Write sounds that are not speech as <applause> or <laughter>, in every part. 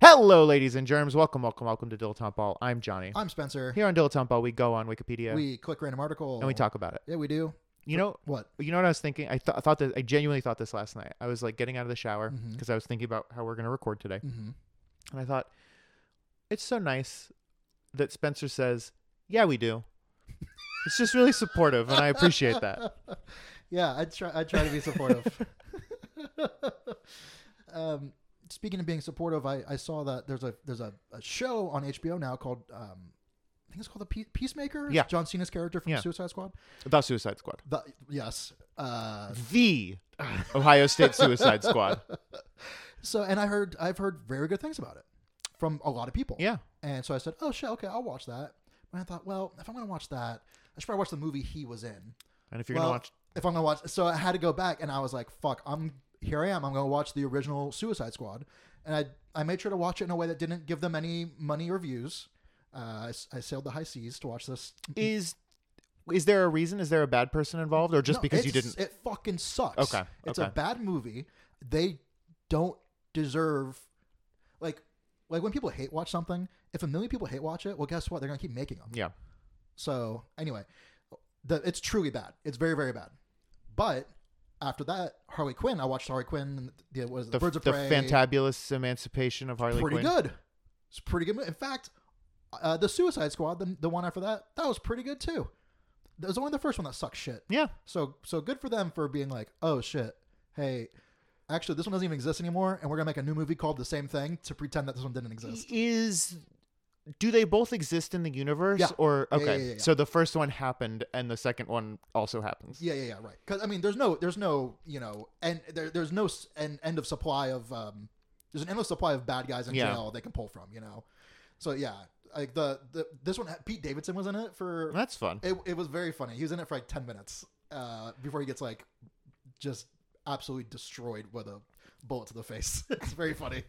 Hello, ladies and germs. Welcome, welcome, welcome to Dilettante Ball. I'm Johnny. I'm Spencer. Here on Dilettante Ball, we go on Wikipedia We click random article and we talk about it. Yeah, we do. You know, What? you know what I was thinking. I, th- I thought that I genuinely thought this last night. I was like getting out of the shower Mhm. because I was thinking about how we're going to record today, Mm-hmm. and I thought it's so nice that Spencer says, "Yeah, we do." it's just really supportive, and I appreciate that. <laughs> yeah, I try. I try to be supportive. <laughs> um, speaking of being supportive, I, I saw that there's a there's a, a show on HBO now called um, I think it's called the Pe- Peacemaker. It's Yeah. John Cena's character from Yeah. Suicide Squad. The Suicide Squad, The, yes. Uh, the Ohio State Suicide <laughs> Squad. so and I heard I've heard very good things about it from a lot of people. Yeah, And so I said, oh shit, okay, I'll watch that. And I thought, well, if I'm gonna watch that, I should probably watch the movie he was in. and if you're well, gonna watch, if I'm gonna watch, so I had to go back, and I was like, "Fuck, I'm here. I am. I'm gonna watch the original Suicide Squad," and I I made sure to watch it in a way that didn't give them any money or views. Uh, I s- I, sailed the high seas to watch this. is is there a reason? Is there a bad person involved, or just No, because you it's- didn't? it fucking sucks. Okay, it's a okay. bad movie. They don't deserve like like when people hate watch something. If a million people hate watch it, well, guess what? They're gonna keep making them. Yeah. So anyway, the, it's truly bad. It's very very bad. But after that, Harley Quinn. I watched Harley Quinn. and The, what is it, the, Birds of the Prey. fantabulous emancipation of Harley pretty Quinn. good. It's a pretty good. mo- In fact, uh, the Suicide Squad, the, the one after that, that was pretty good too. That was only the first one that sucked shit. Yeah, So so good for them for being like, oh shit, hey, actually this one doesn't even exist anymore, and we're gonna make a new movie called the same thing to pretend that this one didn't exist. is do they both exist in the universe Yeah. or Yeah, yeah, okay? yeah, yeah. So the first one happened, and the second one also happens. Yeah, yeah, yeah, right. Because I mean, there's no, there's no, you know, and there, there's no s- an end of supply of, um, there's an endless supply of bad guys in Yeah. jail they can pull from, you know. So yeah, like the, the this one, had- Pete Davidson was in it for That's fun. it, it was very funny. He was in it for like 10 minutes uh, before he gets like just absolutely destroyed with a bullet to the face. <laughs> it's very funny.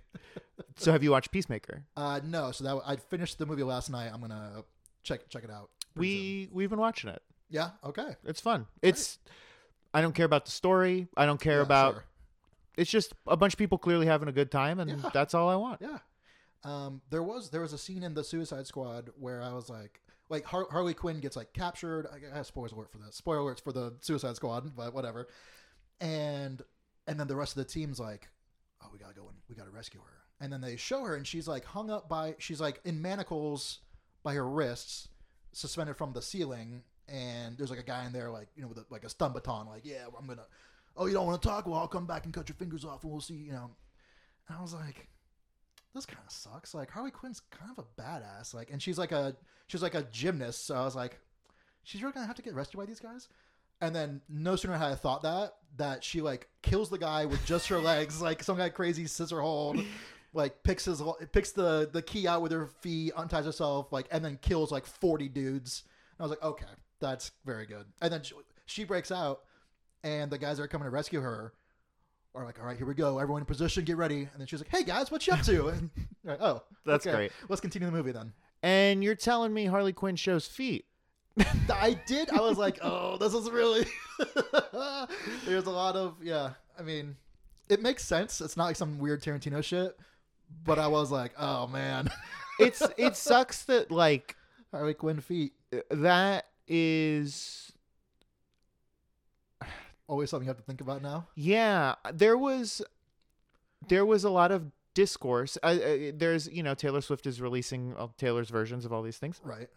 So have you watched Peacemaker? Uh, no, so that I finished the movie last night. I'm gonna check check it out. pretty We soon. we've been watching it. yeah okay It's fun. It's I don't care about the story. I don't care Yeah, about. sure. It's just a bunch of people clearly having a good time, and Yeah. that's all I want. yeah. Um, there was there was a scene in the Suicide Squad where I was like like Har- Harley Quinn gets like captured. I, I have spoilers alert for this. Spoiler alerts for the Suicide Squad, but whatever. And and then the rest of the team's like, oh, we gotta go and we gotta rescue her. And then they show her, and she's like hung up by she's like in manacles by her wrists, suspended from the ceiling. And there's like a guy in there, like you know, with a, like a stun baton, like yeah, I'm gonna. Oh, you don't want to talk? Well, I'll come back and cut your fingers off, and we'll see. You know. And I was like, this kind of sucks. Like Harley Quinn's kind of a badass. Like, and she's like a she's like a gymnast. So I was like, she's really gonna have to get rescued by these guys. And then no sooner had I thought that that she like kills the guy with just her legs, <laughs> like some guy crazy scissor hold, like picks his picks the the key out with her feet, unties herself, like and then kills like forty dudes. And I was like, okay, that's very good. And then she, she breaks out, and the guys that are coming to rescue her are like, all right, here we go, everyone in position, get ready. And then she's like, hey guys, what you up to? And <laughs> they're like, oh, That's okay, great. Let's continue the movie then. And you're telling me Harley Quinn shows feet? I did. I was like, oh, this is really. <laughs> There's a lot of yeah. I mean, it makes sense. It's not like some weird Tarantino shit. But I was like, oh man, <laughs> It's it sucks that like Harley Quinn feet that is always something you have to think about now. Yeah, uh, there was there was a lot of discourse. Uh, uh, there's, you know, Taylor Swift is releasing all Taylor's versions of all these things, Right.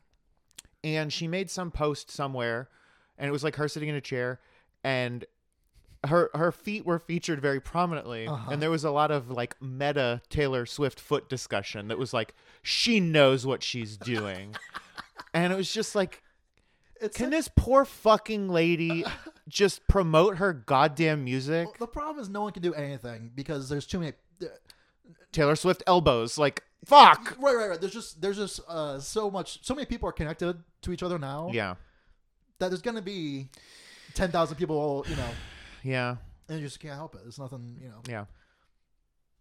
and she made some post somewhere, and it was like her sitting in a chair, and her her feet were featured very prominently Uh-huh. and there was a lot of like meta Taylor Swift foot discussion that was like she knows what she's doing. and it was just like It's can such- this poor fucking lady just promote her goddamn music? the problem is no one can do anything because there's too many. Taylor Swift elbows like fuck. Right, right, right. There's just there's just uh, so much. So many people are connected to each other now. Yeah. That there's gonna be ten thousand people. You know, Yeah. and you just can't help it. There's nothing. You know, Yeah.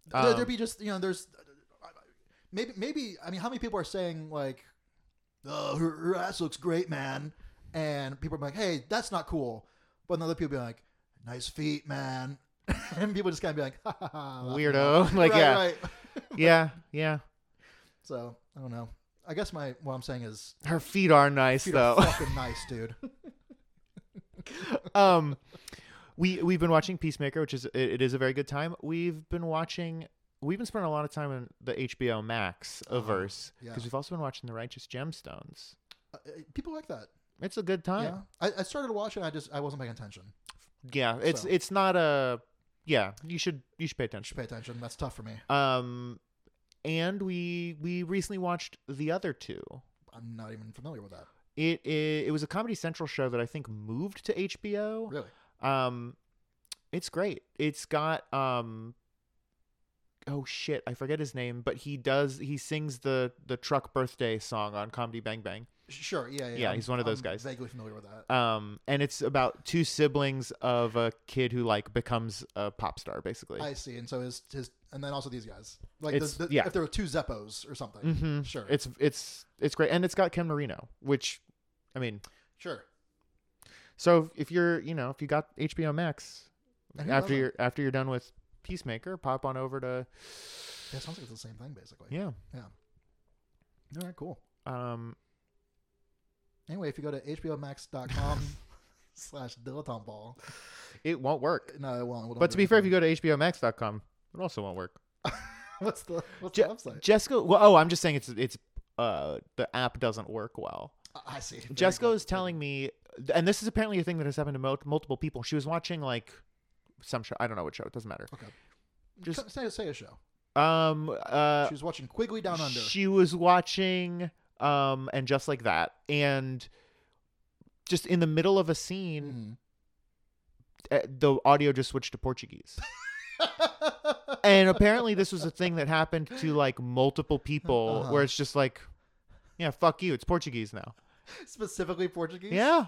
there, Um, there'd be just you know there's maybe maybe I mean how many people are saying like, oh, her, her ass looks great, man, and people are like, hey, that's not cool, but then other people be like, nice feet, man, <laughs> and people just kind of be like, ha, ha, ha, laughing it off. Weirdo. <laughs> like right, yeah. right. Yeah. Yeah. So I don't know. I guess my what I'm saying is Her feet are nice feet <laughs> though. are fucking nice, dude. Uh, um we we've been watching peacemaker which is it, it is a very good time we've been watching we've been spending a lot of time in the hbo max averse Uh-huh. yeah. because we've also been watching the righteous gemstones Uh, uh, people like that. it's a good time Yeah. I, I started watching. I just I wasn't paying attention. yeah, it's So- it's not a yeah you should you should pay Should attention pay attention. That's tough for me. um and we we recently watched the other two I'm not even familiar with that. it, it it was a comedy central show that i think moved to hbo Really. Um, it's great. It's got um. Oh shit, I forget his name, but he does. He sings the the truck birthday song on Comedy Bang Bang. Sure. Yeah. Yeah. Yeah, I'm- he's one of those I'm guys. Vaguely familiar with that. Um, and it's about two siblings of a kid who like becomes a pop star, basically. I see. And so his his and then also these guys. Like It's- the, the- yeah. if there were two Zeppos or something. Mhm. Sure. It's it's it's great, and it's got Ken Marino, which, I mean, sure. so if you're you know if you got HBO Max I didn't after know you're after you're done with Peacemaker, pop on over to that. It sounds like it's the same thing basically. yeah. All right. Cool. Um, Anyway, if you go to hbomax.com <laughs> slash dilettante ball, it won't work. no, it won't. But to be fair, if you go to hbomax.com, it also won't work. <laughs> what's the what's Je- the website? Jessica, well, oh, I'm just saying it's it's uh the app doesn't work well. I- I see. Very Jessica good. is telling me, and this is apparently a thing that has happened to mul- multiple people. She was watching like some show, I don't know what show, it doesn't matter. Just just- say, say a show. Um, uh, she was watching Quigley Down Under. she was watching um and just like that, and just in the middle of a scene, Mhm. Mm. uh, the audio just switched to <laughs> Portuguese. and apparently this was a thing that happened to like multiple people Uh-huh. where it's just like yeah fuck you it's portuguese now <laughs> Specifically Portuguese. <laughs> yeah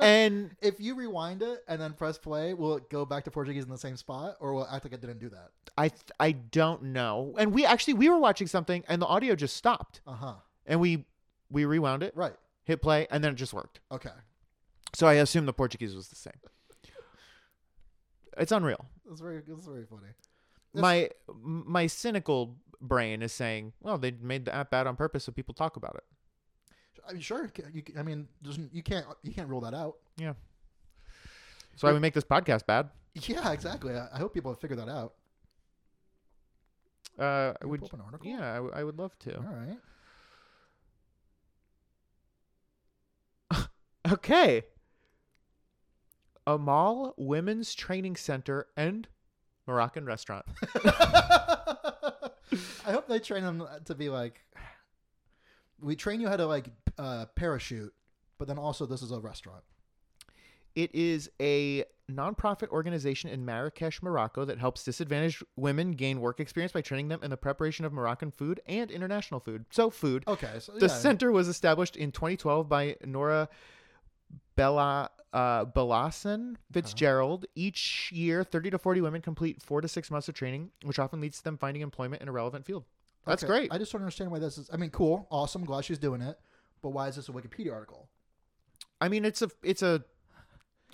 and If you rewind it and then press play, will it go back to Portuguese in the same spot, or will it act like it didn't do that? i th- i don't know and we actually we were watching something and the audio just stopped Uh huh. and we we rewound it Right. hit play and then it just worked Okay. so i assume the portuguese was the same it's unreal That's very. That's very funny. That's- my my cynical brain is saying well they made the app bad on purpose so people talk about it I mean, sure. You, I mean, there's, you can't. You can't rule that out. so i would make this podcast bad Yeah, exactly. I, I hope people have figured that out. uh Can we would pull up an article? yeah I, w- I would love to All right. Okay. Amal Women's Training Center and Moroccan Restaurant. <laughs> <laughs> I hope they train them to be like. We train you how to like uh, parachute, but then also this is a restaurant. It is a nonprofit organization in Marrakesh, Morocco that helps disadvantaged women gain work experience by training them in the preparation of Moroccan food and international food. So, food. Okay, so The yeah. center was established in 2012 by Nora Bella uh, Bellason Uh-huh. Fitzgerald. Each year, 30 to 40 women complete four to six months of training, which often leads to them finding employment in a relevant field. That's Okay, great. I just don't understand why this is. I mean, cool, awesome, glad she's doing it, but why is this a Wikipedia article? I mean, it's a it's a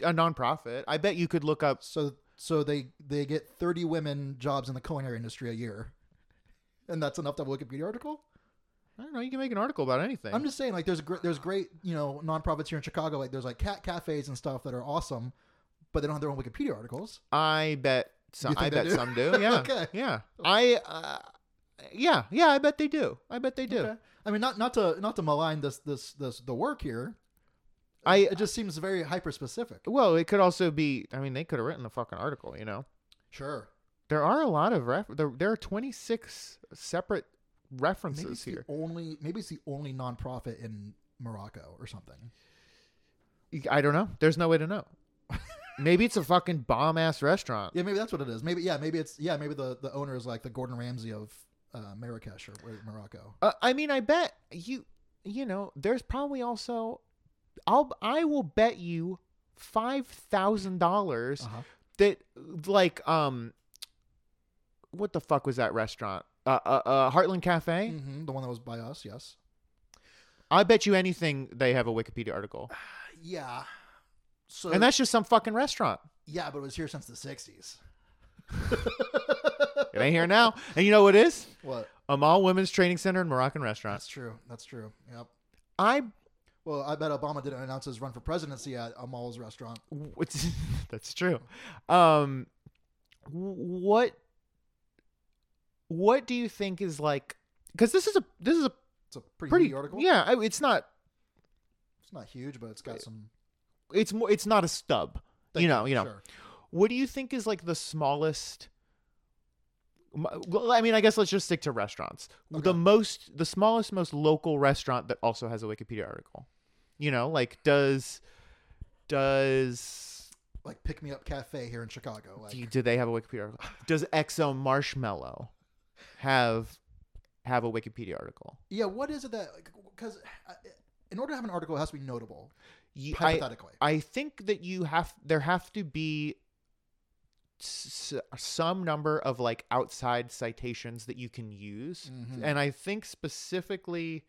a nonprofit. I bet you could look up. So so they they get thirty women jobs in the culinary industry a year, and that's enough to have a Wikipedia article. I don't know. You can make an article about anything. I'm just saying, like, there's gr- there's great you know nonprofits here in Chicago. Like, there's like cat cafes and stuff that are awesome, but they don't have their own Wikipedia articles. I bet some. You think I they bet do? some <laughs> do. Yeah. Okay. Yeah. I. Uh, yeah. Yeah. I bet they do. I bet they do. I mean, not not to not to malign this this this the work here. I- it just seems very hyper specific. Well, it could also be. I mean, they could have written the fucking article. You know, Sure. there are a lot of ref. There, there are twenty six separate Maybe references it's here. the only maybe it's the only nonprofit in Morocco or something. I don't know. There's no way to know. Maybe it's a fucking bomb ass restaurant. Yeah, maybe that's what it is. Maybe yeah, maybe it's yeah, maybe the the owner is like the Gordon Ramsay of uh, Marrakesh or wait, Morocco. Uh, I mean, I bet you. You know, there's probably also. I'll. I will bet you five thousand dollars Uh-huh. that like um. What the fuck was that restaurant? Uh, uh, uh Heartland Cafe. hmm the one that was by us, yes. I bet you anything they have a Wikipedia <sighs> article, Yeah. So and that's just some fucking restaurant. yeah, but it was here since <laughs> the '60s. It ain't here now. And you know what it is? What? Amal um, Women's Training Center and Moroccan Restaurant. That's true. That's true. Yep. I Well, I bet Obama didn't announce his run for presidency at Amal's restaurant. what's <laughs> that's true. Um what what do you think is like cuz this is a this is a It's a pretty, pretty meaty article. Yeah, I- it's not It's not huge, but it's got some. it's more it's not a stub. you know, you know. Sure. What do you think is like the smallest m- well, I mean, I guess let's just stick to restaurants. Okay. The most the smallest most local restaurant that also has a Wikipedia article. You know, like does does Like Pick Me Up Cafe here in Chicago. Like, do, you- do they have a Wikipedia article? <sighs> Does Exo Marshmallow have have a Wikipedia article? yeah, what is it that? Because in order to have an article, it has to be notable. Ye- I, Hypothetically, I think that you have there have to be s- some number of like outside citations that you can use, Mhm. and I think specifically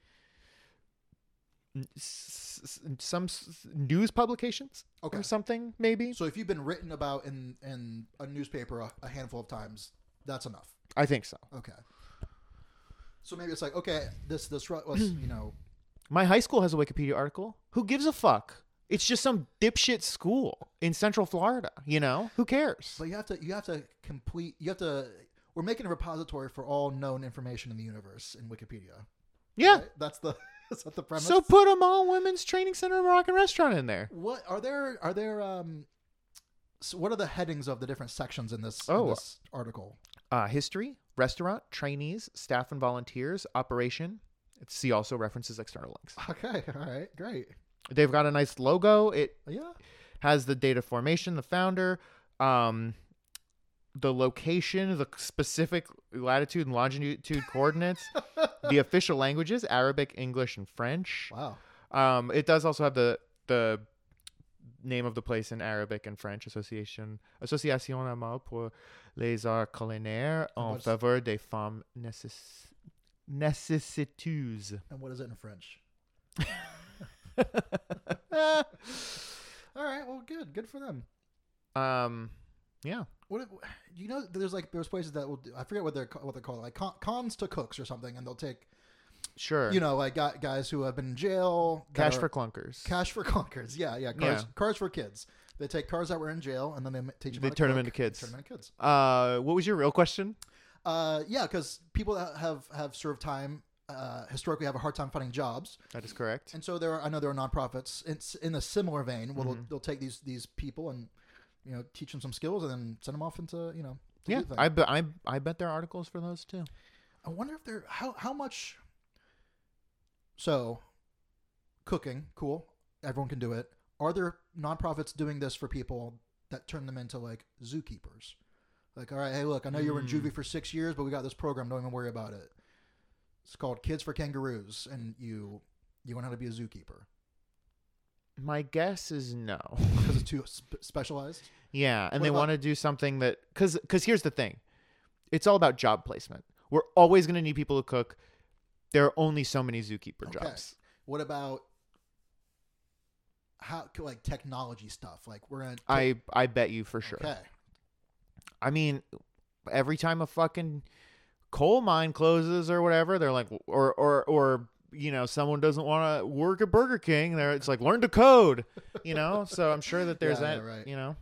n- s- s- some s- news publications Okay. or something maybe so if you've been written about in in a newspaper a, a handful of times, that's enough. i think so Okay. So maybe it's like okay, this this ru- was you know My high school has a Wikipedia article. Who gives a fuck? It's just some dipshit school in Central Florida. You know who cares? But you have to you have to complete you have to we're making a repository for all known information in the universe in Wikipedia. yeah. right? That's the <laughs> is that the premise. So put a all women's training center and Moroccan restaurant in there. what are there are there um so what are the headings of the different sections in this, in Oh. this article? Uh, history, restaurant, trainees, staff and volunteers, operation. See also references external links. Okay, <laughs> all right, great. They've got a nice logo. It Yeah. has the data formation, the founder, um, the location, the specific latitude and longitude coordinates, the official languages Arabic, English, and French. Wow. Um, it does also have the the name of the place in Arabic and French Association Association Amal pour les arts culinaires en What's- faveur des femmes necess- <laughs> necessiteuses. And what is it in French? um, All right, well good. Good for them. Um, yeah. What if- you know there's like there's places that will do, I forget what they're ca- what they're called like con, cons to cooks or something and they'll take Sure. you know like gu- guys who have been in jail that Cash are- for clunkers. Cash for Conkers. Yeah, yeah. Cars, Yeah. cars for kids. They take cars that were in jail and then they ma- teach them. They how to turn 'em cook, into kids. Turn them into kids. Uh, what was your real question? Uh, yeah, because people that have have served time uh, historically have a hard time finding jobs, That is correct. and so there are I know there are nonprofits in, s- in a similar vein. Well, Mm-hmm. they'll, they'll take these these people and you know teach them some skills and then send them off into you know. to Yeah, do things. I, be- I I bet there are articles for those too. I wonder if they're how how much. So, cooking, cool. Everyone can do it. Are there nonprofits doing this for people that turn them into like zookeepers? Like, all right, hey, look, I know you were in juvie Mm. for six years, but we got this program. Don't even worry about it. It's called Kids for Kangaroos, and you you learn how to be a zookeeper My guess is no. because it's too sp- specialized. Yeah, and What they about- want to do something that cuz cuz here's the thing. It's all about job placement. We're always going to need people to cook. There are only so many zookeeper Okay. jobs. What about how like technology stuff? Like we're gonna I I bet you for sure. okay. I mean, every time a fucking coal mine closes or whatever, they're like or or or you know, someone doesn't want to work at Burger King. There, it's like learn to code, you know. So I'm sure that there's <laughs> Yeah, yeah, that, right. you know.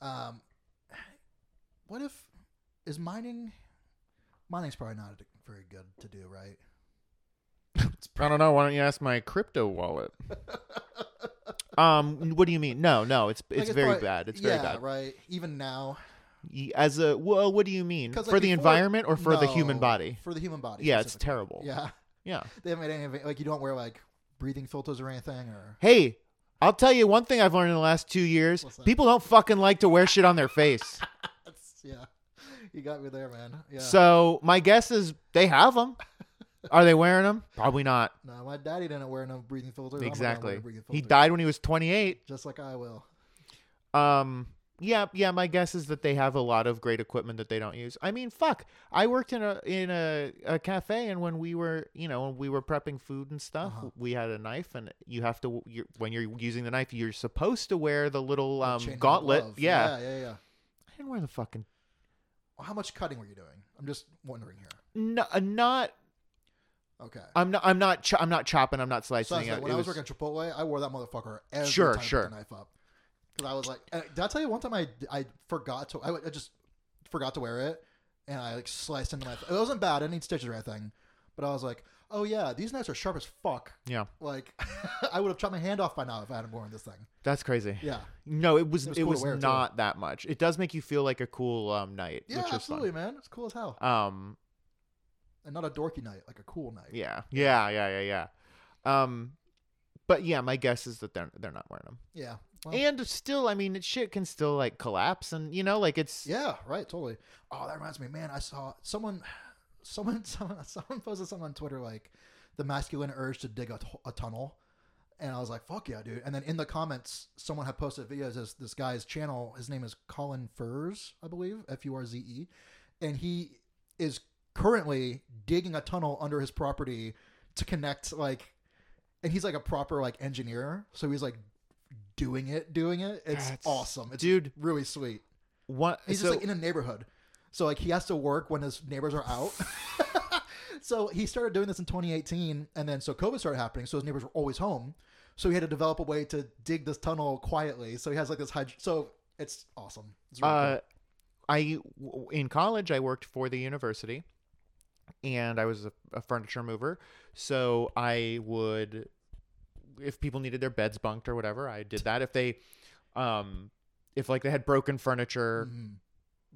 Um, what if is mining? Mining's probably not very good to do, right? It's I don't know. Why don't you ask my crypto wallet? <laughs> um, what do you mean? No, no, it's it's like, very probably- bad. It's yeah, very bad. Right. Even now, Y- As a well, what do you mean 'Cause, like, for the before- environment or for the human No, body? For the human body. Yeah, it's specifically. terrible. Yeah, <laughs> yeah. they haven't made any of it. Like you don't wear like breathing filters or anything, or Hey, I'll tell you one thing I've learned in the last two years: What's that? people don't fucking like to wear shit on their face. That's- yeah. You got me there, man. <laughs> Yeah. So my guess is they have them. Are they wearing them? Probably not. no, my daddy didn't wear no breathing filters. I'm not gonna wear a Exactly. breathing He filter, died when he was 28. just like I will. Um, yeah, yeah. My guess is that they have a lot of great equipment that they don't use. I mean, fuck. I worked in a in a, a cafe, and when we were, you know, when we were prepping food and stuff, Uh-huh. we had a knife, and you have to you're, when you're using the knife, you're supposed to wear the little Like um chain and gauntlet. glove. Yeah. yeah, yeah, yeah. I didn't wear the fucking How much cutting were you doing? I'm just wondering here. no, uh, not. Okay. I'm not. I'm not. Cho- I'm not chopping. I'm not So slicing. that's like, it when I was, was- working at Chipotle, I wore that motherfucker every Sure, time I sure. put the knife up. Because I was like, uh, did I tell you one time I I forgot to I, I just forgot to wear it and I like sliced into my. It wasn't bad. I didn't need stitches or anything, but I was like, oh yeah, these knives are sharp as fuck. Yeah, Like <laughs> I would have chopped my hand off by now if I hadn't worn this thing. that's crazy. Yeah, No, it was. It It was was, cool to wear, too. not that much. It does make you feel like a cool um night, yeah, which is absolutely, man. It's cool as hell, fun. Um, and not a dorky night, like a cool night. Yeah, yeah, yeah, yeah, yeah. Um, but yeah, my guess is that they're they're not wearing them. yeah. Well, And still, I mean, it, shit can still like collapse, and you know, like it's Yeah, right, totally. Oh, that reminds me, man. I saw someone, <sighs> someone, <laughs> someone, someone posted something on Twitter like the masculine urge to dig a, t- a tunnel, and I was like, "Fuck yeah, dude!" And then in the comments, someone had posted videos. This this guy's channel, his name is Colin Furs, I believe, F U R Z E, and he is currently digging a tunnel under his property to connect like, and he's like a proper like engineer, so he's like doing it, doing it. It's That's- awesome. It's dude. really sweet. One, He's so, just like in a neighborhood. So like he has to work when his neighbors are out. <laughs> so he started doing this in 2018 and then so COVID started happening so his neighbors were always home. So he had to develop a way to dig this tunnel quietly. So he has like this hyd- so it's awesome. It's really uh, I w- in college I worked for the university, and I was a, a furniture mover, so I would, if people needed their beds bunked or whatever, I did that. If they, um, if like they had broken cool. furniture, Mhm.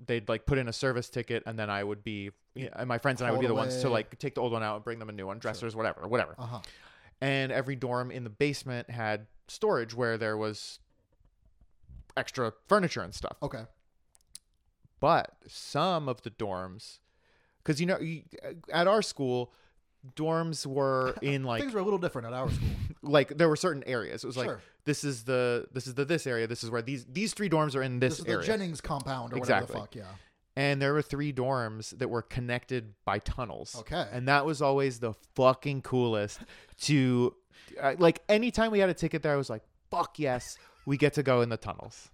they'd like put in a service ticket and then I would be yeah, and my friends and I would Haul be it the ones to away. like take the old one out and bring them a new one, dressers, whatever, whatever. Uh-huh. And every dorm in the basement had storage where there was extra furniture and stuff. Okay. But some of the dorms cuz you know you- at our school dorms <laughs> were in like Things were a little different at our school. like there were certain areas. It was like Sure. this is the this is the this area, this is where these these three dorms are in this this, is the area. Jennings compound or Exactly. whatever the fuck, yeah. and there were three dorms that were connected by tunnels. Okay. And that was always the fucking coolest to I- like anytime we had a ticket there I was like fuck yes, we get to go in the tunnels.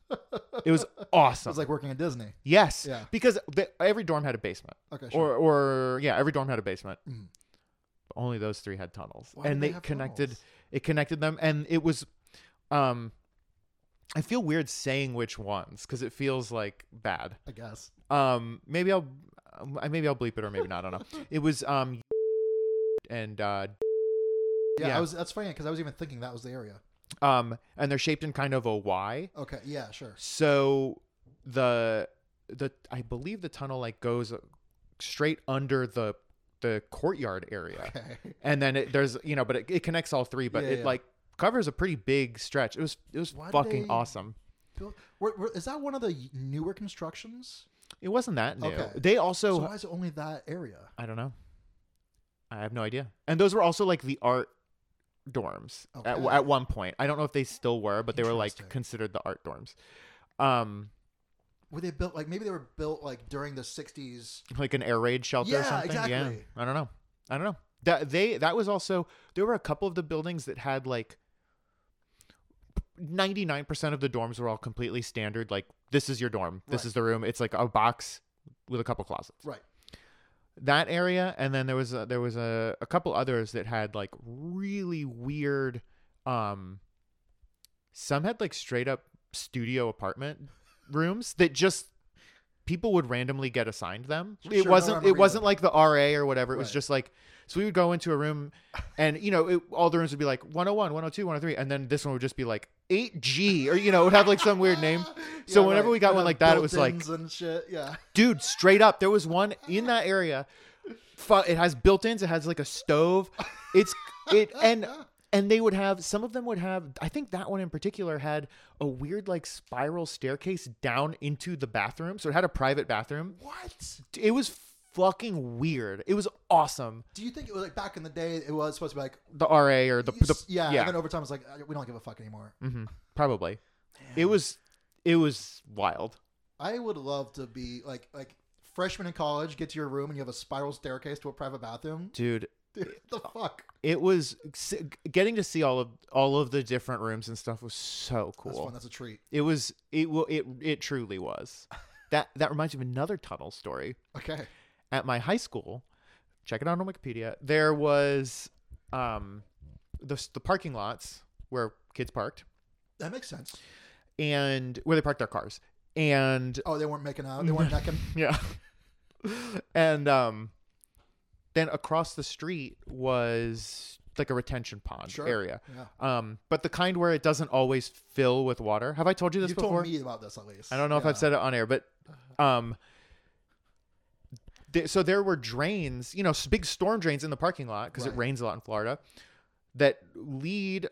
It <laughs> was It awesome. was like working at Disney. yes, Yeah. because the, every dorm had a basement Okay, sure. or or yeah, every dorm had a basement. Mhm. But only those three had tunnels. Why did and they they, have connected tunnels? it connected them and it was um I feel weird saying which ones cuz it feels like bad. I guess. Um, maybe I'll um, maybe I'll bleep it or maybe not. I don't <laughs> know. It was um, and uh, Yeah, Yeah. I was that's funny because I was even thinking that was the area. um, and they're shaped in kind of a Y. Okay, yeah, sure. <laughs> So the the I believe the tunnel like goes uh, straight under the the courtyard area, Okay. and then it, there's you know, but it, it connects all three, but Yeah, it yeah. like covers a pretty big stretch. It was it was Why did fucking they- awesome. Cool. Were- were- Is that one of the newer constructions? It wasn't that new. Okay. They So, also why is it only that area? I don't know. I have no idea. And those were also like the art dorms at, Okay. at one point. I don't know if they still were, but they were Interesting. like considered the art dorms. Um, Were they built like maybe they were built like during the '60s? like an air raid shelter or Yeah, something. exactly. Yeah, I don't know. I don't know. That they that was also there were a couple of the buildings that had like. 99% of the dorms were all completely standard like this is your dorm this Right. is the room it's like a box with a couple closets Right. that area and then there was a, there was a, a couple others that had like really weird um some had like straight up studio apartment rooms that just people would randomly get assigned them. Sure, It no wasn't rhyme or it wasn't reason. like the RA or whatever. It was Right. just like so we would go into a room and you know, it, all the rooms would be like 101, 102, 103 and then this one would just be like 8G or you know, it would have like some weird <laughs> name. So whenever we got one like that, it was like- built-ins and shit. Yeah, Dude, straight up there was one in that area. Fu- It has built-ins, it has like a stove. It's it and and they would have some of them would have i think that one in particular had a weird like spiral staircase down into the bathroom so it had a private bathroom what? it was fucking weird it was awesome Do you think it was like back in the day? It was supposed to be like the ra or the, the yeah, yeah And then over time, it's like uh, we don't give a fuck anymore. mhm, probably it was it was wild I would love to be like like freshman in college, get to your room and you have a spiral staircase to a private bathroom. <laughs> dude Dude, the fuck? it was s- getting to see all of all of the different rooms and stuff was so That's fun. cool That's a treat. it was it wa- it it truly <laughs> was that that reminds me of another tunnel story Okay. at my high school, check it out on Wikipedia. There was um, the the parking lots where kids parked That makes sense. and where they parked their cars, <laughs> and Oh, they weren't making out. They <laughs> weren't necking. yeah, and um, then across the street was like a retention pond Sure. area. Yeah. Um, but the kind where it doesn't always fill with water. Have I told you this You before? told me about this at least. I don't know if Yeah. I've said it on air, but um, th- so there were drains, you know, s- big storm drains in the parking lot because Right. it rains a lot in Florida that lead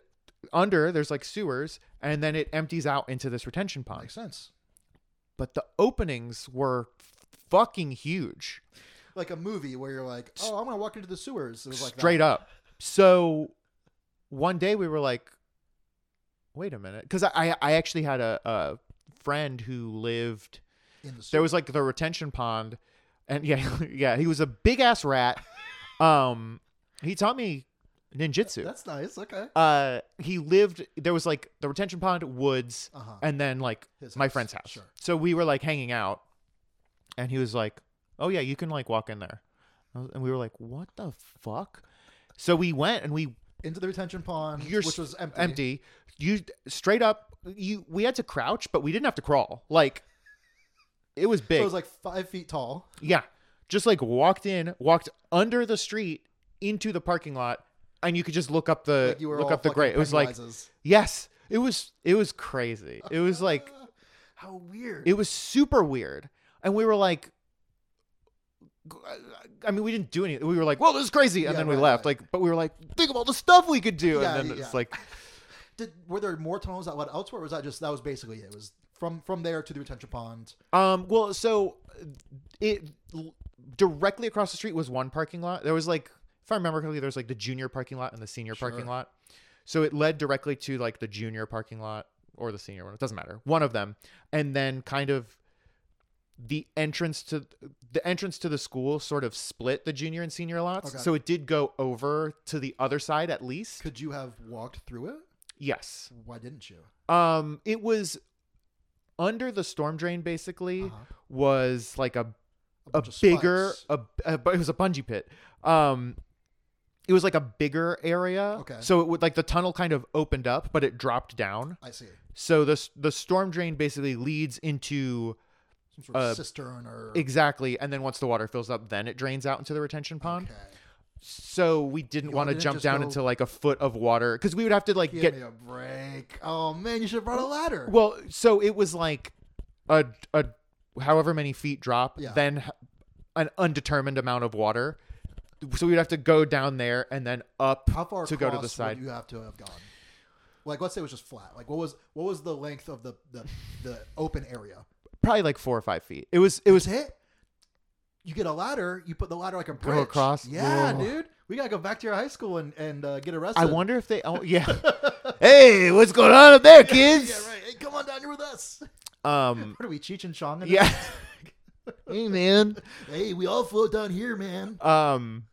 under. There's like sewers, and then it empties out into this retention pond. Makes sense. But the openings were fucking huge, Like a movie where you're like, oh, I'm gonna walk into the sewers. It was like straight up. So one day we were like, "Wait a minute," because I I- I actually had a, a friend who lived up in the there sewers. was like the retention pond and yeah <laughs> yeah he was a big ass <laughs> rat um he taught me ninjutsu That's nice. Okay. uh he lived there was like the retention pond woods Uh huh. and then like His my house, friend's house sure. so we were like hanging out and he was like oh yeah you can like walk in there and we were like what the fuck so we went and we Into the retention pond, you're which s- was empty. empty. You straight up you we had to crouch but we didn't have to crawl like it was So big it was like five feet tall. Yeah. Just like walked in, walked under the street into the parking lot, and you could just look up the Like you were Uh, look all up the grate. fucking It was like Pennywises. yes, it was it was crazy. It was like Uh, how weird. it was super weird, and we were like, I mean, we didn't do anything. We were like, well, this is crazy, and Yeah, then we right, left. right. Like, but we were like, think of all the stuff we could do, Yeah, and then yeah. it's like, Did were there more tunnels that led elsewhere? Or was that just that was basically it? it was from from there to the retention pond? um, well, so it directly across the street was one parking lot. There was like, if I remember correctly, there was like the junior parking lot and the senior parking Sure. lot. So it led directly to like the junior parking lot or the senior one. It doesn't matter. One of them, and then kind of the entrance to the entrance to the school sort of split the junior and senior lots. Okay. So it did go over to the other side at least. Could you have walked through it? yes. Why didn't you? Um, it was under the storm drain. Basically, Uh-huh. was like a a bunch of bigger spikes. a, a but it was a bungee pit. Um it was like a bigger area. Okay. So it would like the tunnel kind of opened up, but it dropped down. I see So the s- the storm drain basically leads into some sort of Uh, cistern or exactly, and then once the water fills up, then it drains out into the retention pond. Okay. So we didn't You want to didn't jump just down go- into like a foot of water because we would have to like Give get me a break. Oh man, you should have brought a ladder. Well, so it was like a a however many feet drop, Yeah. then h- an undetermined amount of water. So we'd have to go down there and then up How far to go to across the would side. you have to have gone? Like let's say it was just flat. Like what was what was the length of the the, the open area? Probably like four or five feet. It was it was That's it. You get a ladder. You put the ladder like a bridge. across? Yeah, Whoa. dude. We gotta go back to your high school and and uh, get arrested. I wonder if they oh yeah. hey, what's going on up there, <laughs> Yeah, kids? right. Hey, come on down here with us. <laughs> Um What are we, Cheech and Chong? <laughs> yeah. hey man. Hey, we all float down here, man. Um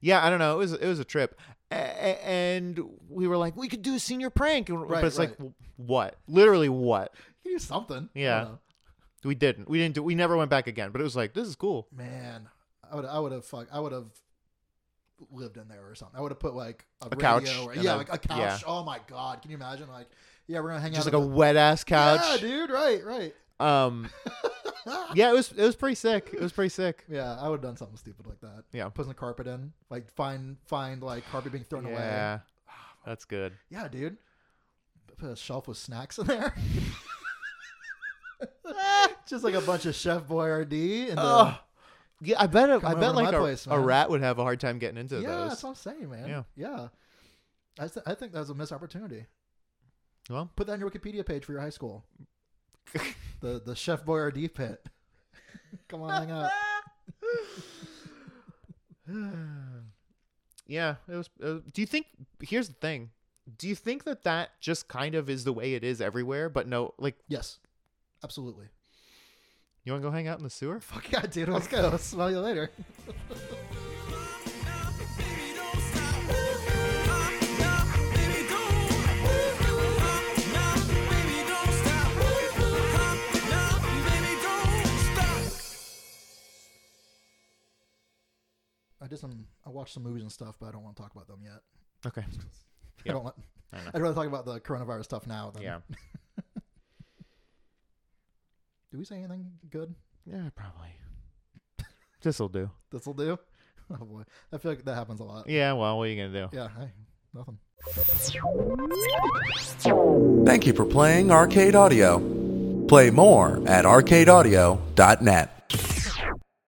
yeah, I don't know. It was it was a trip. A- a- and we were like, we could do a senior prank, and, Right, but it's right. like, w- what? Literally, what? You do something. I Yeah. don't know. We didn't. We didn't do. We never went back again. But it was like this is cool. Man, I would. I would have. Fuck. I would have lived in there or something. I would have put like a, radio couch Or, and a- yeah, like a couch. yeah. Oh my god, can you imagine? Like, yeah, we're gonna hang Just out like a at wet ass the- couch. <laughs> Yeah, dude. Right. Right. Um, yeah, it was it was pretty sick. It was pretty <laughs> sick. Yeah, I would have done something stupid like that. Yeah. Putting the carpet in, like find find like carpet being thrown away. Yeah, that's <sighs> good. Yeah, dude. Put a shelf with snacks in there. <laughs> Just like a bunch of Chef Boyardee and the, Ugh. Yeah, I bet a, Come I over bet to like my a, place, a man. rat would have a hard time getting into yeah, that's those. what I'm saying, man. Yeah. Yeah, I, th- I think that was a missed opportunity. Well. put that on your Wikipedia page for your high school. the the Chef Boyardee pit. <laughs> Come on, hang out. yeah, it was. Uh, do you think? Here's the thing. Do you think that that just kind of is the way it is everywhere? But no, like Yes, absolutely. you want to go hang out in the sewer? Fuck <laughs> yeah, dude. Let's go. Smell you later. I did some. I watched some movies and stuff, but I don't want to talk about them yet. Okay. I Yeah. don't want. I know. I'd rather talk about the coronavirus stuff now. Than, Yeah. Did we say anything good? Yeah, <laughs> probably. This'll do. This will do. <laughs> Oh boy, I feel like that happens a lot. Yeah. Well, what are you gonna do? Yeah. Hey, nothing. Thank you for playing Arcade Audio. Play more at arcadeaudio.net.